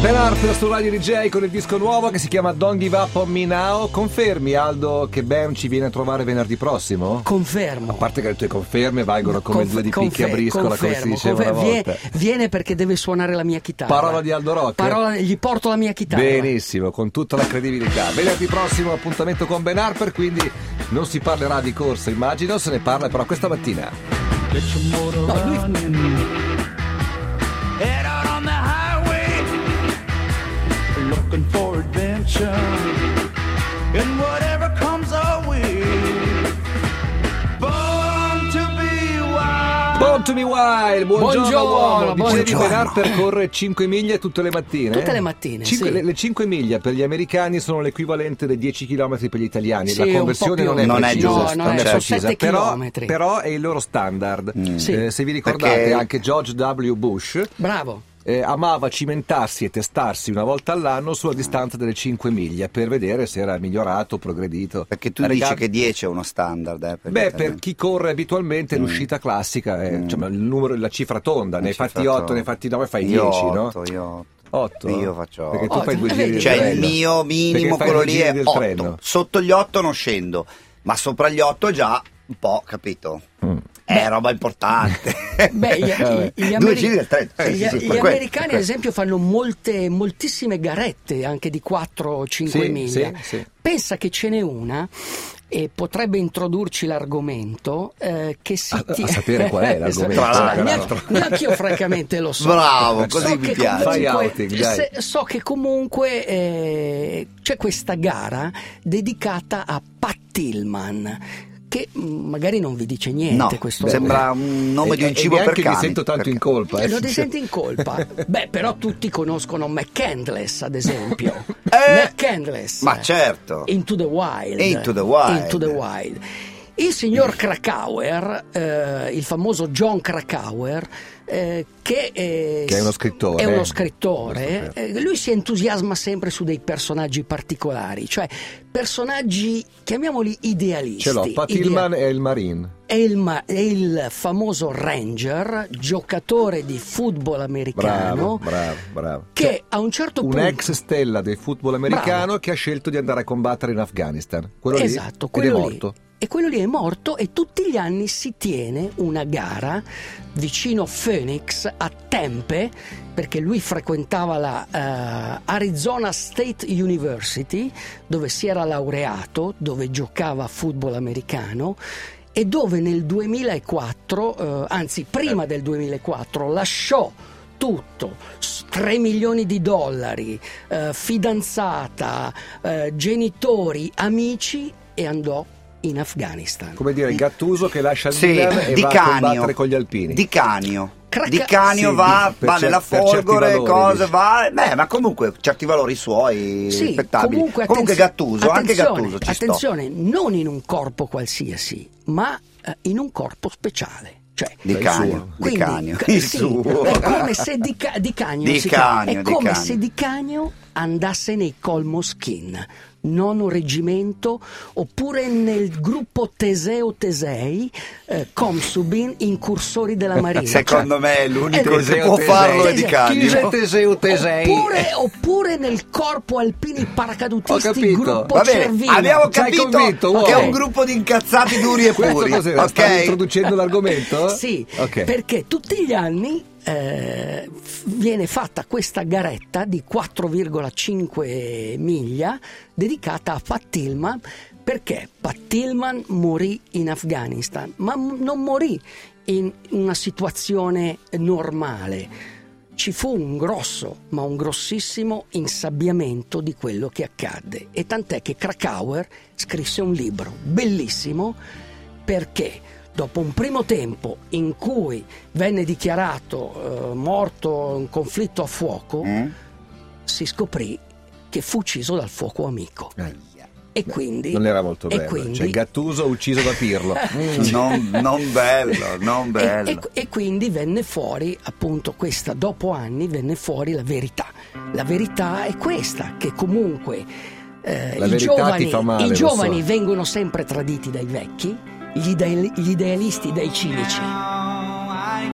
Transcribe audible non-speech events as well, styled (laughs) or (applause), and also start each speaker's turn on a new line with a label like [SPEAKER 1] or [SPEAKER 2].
[SPEAKER 1] Ben Harper su Radio DJ con il disco nuovo che si chiama Don't Give Up on Me Now. Confermi Aldo che Ben ci viene a trovare venerdì prossimo? A
[SPEAKER 2] Confermo.
[SPEAKER 1] parte che le tue conferme valgono come
[SPEAKER 2] Conf-
[SPEAKER 1] due di
[SPEAKER 2] confe-
[SPEAKER 1] picchia briscola, come si
[SPEAKER 2] confermo,
[SPEAKER 1] diceva
[SPEAKER 2] confe-
[SPEAKER 1] una
[SPEAKER 2] vie-
[SPEAKER 1] volta.
[SPEAKER 2] viene perché deve suonare la mia chitarra.
[SPEAKER 1] Parola di Aldo Rock.
[SPEAKER 2] Parola- gli porto la mia chitarra.
[SPEAKER 1] Benissimo, con tutta la credibilità. Venerdì prossimo appuntamento con Ben Harper, quindi non si parlerà di corsa, immagino, se ne parla però questa mattina.
[SPEAKER 3] Get your motor
[SPEAKER 2] No, lui-
[SPEAKER 3] running. Head out on the highway. Looking for adventure. And whatever comes our way. Born to be wild.
[SPEAKER 1] Buon to be wild, buongiorno,
[SPEAKER 2] Buongiorno,
[SPEAKER 1] uomo. Dicevi
[SPEAKER 2] buongiorno.
[SPEAKER 1] Ben Harper corre 5 miglia tutte le mattine? eh?
[SPEAKER 2] Tutte le mattine,
[SPEAKER 1] Cinque-
[SPEAKER 2] sì.
[SPEAKER 1] le, 5 miglia per gli americani sono l'equivalente dei 10 km per gli italiani.
[SPEAKER 2] Sì,
[SPEAKER 1] la
[SPEAKER 2] un po'
[SPEAKER 1] conversione
[SPEAKER 2] più.
[SPEAKER 1] non è
[SPEAKER 4] Non è
[SPEAKER 1] precisa,
[SPEAKER 4] giusta,
[SPEAKER 1] non è
[SPEAKER 4] cioè,
[SPEAKER 1] precisa,
[SPEAKER 2] sono sette
[SPEAKER 1] però,
[SPEAKER 2] chilometri.
[SPEAKER 1] però è il loro standard.
[SPEAKER 2] Sì.
[SPEAKER 1] Eh, se vi ricordate
[SPEAKER 4] Mm. Perché-
[SPEAKER 1] anche George W. Bush
[SPEAKER 2] Bravo.
[SPEAKER 1] eh, amava cimentarsi e testarsi una volta all'anno sulla distanza delle 5 miglia per vedere se era migliorato, progredito.
[SPEAKER 4] Perché tu
[SPEAKER 1] Ha
[SPEAKER 4] dici
[SPEAKER 1] regalato-
[SPEAKER 4] che 10 è uno standard. Eh, mm. per
[SPEAKER 1] Beh,
[SPEAKER 4] l'Italia.
[SPEAKER 1] per chi corre abitualmente l'uscita classica è insomma, il numero, la cifra tonda, ne hai
[SPEAKER 4] Cifra
[SPEAKER 1] fatti 8,
[SPEAKER 4] otto.
[SPEAKER 1] ne hai fatti 9, fai
[SPEAKER 4] Io
[SPEAKER 1] 10, no?
[SPEAKER 4] otto, Io 8.
[SPEAKER 1] 8.
[SPEAKER 4] Io faccio
[SPEAKER 1] Perché tu
[SPEAKER 2] otto.
[SPEAKER 1] fai due
[SPEAKER 2] Eh,
[SPEAKER 1] giri
[SPEAKER 2] vedi,
[SPEAKER 1] del
[SPEAKER 4] Cioè il
[SPEAKER 1] treno.
[SPEAKER 4] mio
[SPEAKER 1] Perché
[SPEAKER 4] minimo,
[SPEAKER 1] fai
[SPEAKER 4] quello
[SPEAKER 1] due
[SPEAKER 4] lì
[SPEAKER 1] giri
[SPEAKER 4] è
[SPEAKER 1] del
[SPEAKER 4] 8.
[SPEAKER 1] treno.
[SPEAKER 4] Sotto gli 8 non scendo, ma sopra gli 8 già un po', capito?
[SPEAKER 1] Mm.
[SPEAKER 4] È roba importante.
[SPEAKER 2] Beh, gli,
[SPEAKER 4] (laughs)
[SPEAKER 1] Vabbè.
[SPEAKER 2] gli- gli
[SPEAKER 4] Eh, Due
[SPEAKER 2] ameri-
[SPEAKER 4] giri del treno, sì,
[SPEAKER 2] Eh, gli-
[SPEAKER 4] sì, sì,
[SPEAKER 2] gli
[SPEAKER 4] per quello, per
[SPEAKER 2] americani, ad
[SPEAKER 4] quello.
[SPEAKER 2] esempio, fanno molte, moltissime garette anche di 4-5
[SPEAKER 1] Sì,
[SPEAKER 2] miglia.
[SPEAKER 1] sì, sì.
[SPEAKER 2] Pensa che ce n'è una e potrebbe introdurci l'argomento eh, che si
[SPEAKER 1] A- a
[SPEAKER 2] ti-
[SPEAKER 1] sapere qual
[SPEAKER 2] (laughs)
[SPEAKER 1] è l'argomento,
[SPEAKER 2] Allora,
[SPEAKER 1] peraltro.
[SPEAKER 2] neanche, neanche io, francamente, lo so.
[SPEAKER 4] Bravo, così
[SPEAKER 2] so
[SPEAKER 4] mi
[SPEAKER 2] che
[SPEAKER 4] piace.
[SPEAKER 1] Fai
[SPEAKER 2] Comunque,
[SPEAKER 1] outing, dai.
[SPEAKER 2] se- so che comunque eh, c'è questa gara dedicata a Pat Tillman, che mh, magari non vi dice niente
[SPEAKER 4] No,
[SPEAKER 2] questo
[SPEAKER 4] beh,
[SPEAKER 2] nome.
[SPEAKER 4] sembra un nome
[SPEAKER 1] E-
[SPEAKER 4] di un
[SPEAKER 1] e
[SPEAKER 4] cibo
[SPEAKER 1] neanche
[SPEAKER 4] per
[SPEAKER 1] mi
[SPEAKER 4] cani.
[SPEAKER 1] sento tanto
[SPEAKER 4] Perché-
[SPEAKER 1] in colpa. eh,
[SPEAKER 2] Eh, non
[SPEAKER 1] (laughs)
[SPEAKER 2] ti
[SPEAKER 1] sincero.
[SPEAKER 2] senti in
[SPEAKER 1] (laughs)
[SPEAKER 2] colpa? Beh, però tutti conoscono McCandless, ad esempio.
[SPEAKER 1] (laughs)
[SPEAKER 4] Eh,
[SPEAKER 2] McCandless.
[SPEAKER 4] ma certo.
[SPEAKER 2] Into the Wild.
[SPEAKER 4] Into the Wild.
[SPEAKER 2] Into the Wild. Il signor Krakauer, eh, il famoso John Krakauer, eh, che, eh,
[SPEAKER 1] Che è uno scrittore.
[SPEAKER 2] è uno
[SPEAKER 1] Lo
[SPEAKER 2] scrittore, eh, lui si entusiasma sempre su dei personaggi particolari, cioè personaggi, chiamiamoli idealisti.
[SPEAKER 1] Ce l'ho, Pat
[SPEAKER 2] idea-
[SPEAKER 1] Tillman e il Marine.
[SPEAKER 2] è il, ma- è il famoso Ranger, giocatore di football
[SPEAKER 1] Bravo,
[SPEAKER 2] americano,
[SPEAKER 1] bravo, bravo.
[SPEAKER 2] che
[SPEAKER 1] Cioè,
[SPEAKER 2] a un certo
[SPEAKER 1] un
[SPEAKER 2] punto...
[SPEAKER 1] ex stella del football americano che ha scelto di andare a combattere in Afghanistan. Quello
[SPEAKER 2] esatto,
[SPEAKER 1] lì
[SPEAKER 2] quello
[SPEAKER 1] ed è
[SPEAKER 2] lì.
[SPEAKER 1] morto.
[SPEAKER 2] E quello lì è morto e tutti gli anni si tiene una gara vicino Phoenix a Tempe, perché lui frequentava la eh, Arizona State University, dove si era laureato, dove giocava a football americano e dove nel 2004, eh, anzi prima del 2004, lasciò tutto, s- 3 milioni di dollari, eh, fidanzata, eh, genitori, amici e andò in Afghanistan.
[SPEAKER 1] Come dire, il Gattuso che lascia il
[SPEAKER 4] Sì,
[SPEAKER 1] Milan e
[SPEAKER 4] di
[SPEAKER 1] va a
[SPEAKER 4] canio,
[SPEAKER 1] combattere con gli alpini.
[SPEAKER 4] di canio,
[SPEAKER 2] Craca-
[SPEAKER 4] di canio
[SPEAKER 1] Sì,
[SPEAKER 4] va,
[SPEAKER 1] per
[SPEAKER 4] va
[SPEAKER 1] cer-
[SPEAKER 4] nella
[SPEAKER 1] per certi
[SPEAKER 4] folgore,
[SPEAKER 1] valori,
[SPEAKER 4] cose,
[SPEAKER 1] dici.
[SPEAKER 4] va, beh, ma comunque certi valori suoi
[SPEAKER 2] Sì,
[SPEAKER 4] rispettabili. eh, Comunque,
[SPEAKER 2] attenz-
[SPEAKER 4] Gattuso, anche
[SPEAKER 2] attenzione,
[SPEAKER 4] Gattuso ci sto.
[SPEAKER 2] Attenzione, non in un corpo qualsiasi, ma eh, in un corpo speciale. Cioè,
[SPEAKER 4] Di
[SPEAKER 1] Il suo.
[SPEAKER 4] canio, di
[SPEAKER 2] Quindi,
[SPEAKER 4] canio,
[SPEAKER 2] ca-
[SPEAKER 4] il
[SPEAKER 2] sì,
[SPEAKER 4] suo.
[SPEAKER 2] È come se di, ca- di Cagno
[SPEAKER 4] Di
[SPEAKER 2] si chiama-
[SPEAKER 4] Cagno,
[SPEAKER 2] è
[SPEAKER 4] di
[SPEAKER 2] come
[SPEAKER 4] Cagno.
[SPEAKER 2] se di Cagno andasse nei Colmo Skin, nono reggimento, oppure nel gruppo Teseo Tesei, eh, Comsubin, incursori
[SPEAKER 4] (laughs)
[SPEAKER 2] della Marina.
[SPEAKER 4] Secondo me l'unico
[SPEAKER 2] Ecco,
[SPEAKER 4] che
[SPEAKER 1] Teseo
[SPEAKER 4] può
[SPEAKER 1] Tesei.
[SPEAKER 4] farlo è di
[SPEAKER 1] Chi
[SPEAKER 2] Tesei.
[SPEAKER 4] canio.
[SPEAKER 1] sei Teseo Tesei?
[SPEAKER 2] Oppure, oppure nel corpo alpini
[SPEAKER 1] Ho
[SPEAKER 2] paracadutisti
[SPEAKER 1] capito.
[SPEAKER 2] gruppo
[SPEAKER 4] Va bene,
[SPEAKER 2] Cervino.
[SPEAKER 4] abbiamo
[SPEAKER 1] Ci hai
[SPEAKER 4] capito
[SPEAKER 1] convinto,
[SPEAKER 4] che è
[SPEAKER 1] uomo.
[SPEAKER 4] un gruppo di incazzati duri e
[SPEAKER 1] Questo
[SPEAKER 4] puri.
[SPEAKER 1] cos'era?
[SPEAKER 4] ok?
[SPEAKER 1] Stavi introducendo l'argomento?
[SPEAKER 2] Sì,
[SPEAKER 1] Ok.
[SPEAKER 2] perché tutti gli anni eh, f- viene fatta questa garetta di 4,5 miglia dedicata a Pat Tillman perché Pat Tillman morì in Afghanistan, ma m- non morì in una situazione normale. Ci fu un grosso, ma un grossissimo insabbiamento di quello che accadde. E tant'è che Krakauer scrisse un libro bellissimo perché dopo un primo tempo in cui venne dichiarato eh, morto un conflitto a fuoco,
[SPEAKER 4] Mm?
[SPEAKER 2] si scoprì che fu ucciso dal fuoco amico.
[SPEAKER 1] Eh,
[SPEAKER 2] E quindi...
[SPEAKER 1] non era molto
[SPEAKER 2] e
[SPEAKER 1] bello.
[SPEAKER 2] quindi- (laughs)
[SPEAKER 1] Cioè, Gattuso ucciso da
[SPEAKER 4] (laughs)
[SPEAKER 1] Pirlo. Mm.
[SPEAKER 4] Non, non bello, non
[SPEAKER 2] E,
[SPEAKER 4] bello.
[SPEAKER 2] e- e quindi venne fuori appunto questa, dopo anni venne fuori la verità. La verità è questa, che comunque eh,
[SPEAKER 1] La
[SPEAKER 2] i,
[SPEAKER 1] verità ti
[SPEAKER 2] giovani,
[SPEAKER 1] fa male,
[SPEAKER 2] i
[SPEAKER 1] lo
[SPEAKER 2] giovani
[SPEAKER 1] so.
[SPEAKER 2] vengono sempre traditi dai vecchi, gli, ideali- gli idealisti dai cinici.